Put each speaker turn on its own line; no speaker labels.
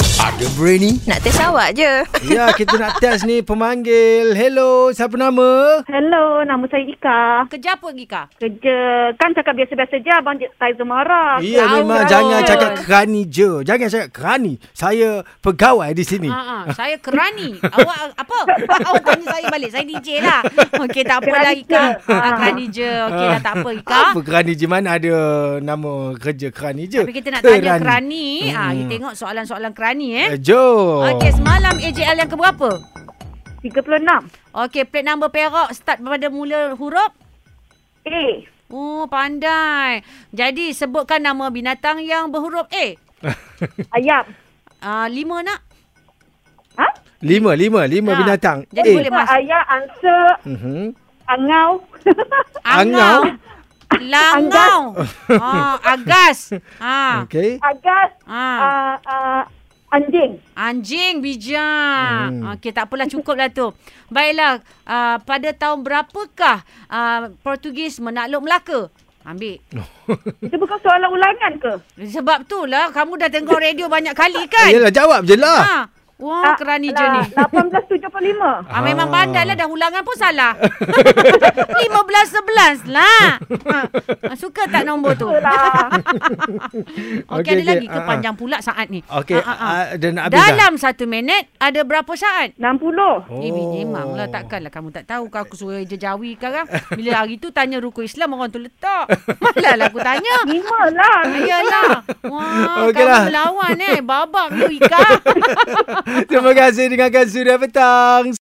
Ada berani
Nak test awak je
Ya, kita nak test ni pemanggil. Hello, siapa nama?
Hello, nama saya Ika.
Kerja apa Gika?
Kerja, kan cakap biasa-biasa je, abang Taizu marah.
Ya,
Tahu
memang
lah.
jangan cakap kerani je. Jangan cakap kerani. Saya pegawai di sini.
Ha, ha, saya kerani. Awak apa? Awak tanya saya balik. Saya DJ lah. Okey, tak apalah
Kerani
Ika.
je.
Ha, kerani je. Okey, dah tak apa Ika.
Ah, Apa kerani je? Mana ada nama kerja kerani Hmm. je?
Tapi kita nak tanya kerani. Ha, kita tengok soalan-soalan kerani eh.
Eh, jom.
Okey, semalam AJL yang keberapa?
36.
Okey, plate number perak start pada mula huruf.
A.
Oh, pandai. Jadi, sebutkan nama binatang yang berhuruf A.
Ayam.
Ah, lima nak?
Ha?
Lima, lima, lima
Ha,
binatang.
jadi
Eh.
boleh-
Mas. Ayam, answer,
Mhm.
angau.
Angau.
Langau. Ah, agas. Ah.
Okey.
Agas.
Ah.
Uh, uh, anjing.
Anjing bijak.
Hmm.
Hmm. Okey, tak apalah cukuplah tu. Baiklah, uh, pada tahun berapakah uh, Portugis menakluk Melaka? Ambil.
Itu bukan soalan ulangan ke?
Sebab tu lah kamu dah tengok radio banyak kali kan?
Ah, Yelah, jawab je lah.
Ha. Wah, kerani je ni.
lah, 1875.
Ah, memang pandai lah dah ulangan pun salah. 15-11 lah. Ha. Suka tak nombor tu?
Itulah.
Okey,
Okey, okay, ada
okey.
lagi ke
Ah, ah.
panjang pula saat ni?
Okey,
Ah, ah, ah.
ah, dan habis dah.
Dalam satu minit, ada berapa saat?
60.
Oh. Eh, memanglah takkanlah kamu tak tahu kau aku suruh je jawi sekarang. Bila hari tu tanya rukun Islam orang tu letak. Malahlah aku tanya.
Lima lah.
Ayolah. Wah,
Okey
okay
lah.
kamu melawan eh. Babak you Ika.
Terima kasih dengarkan Suria Petang.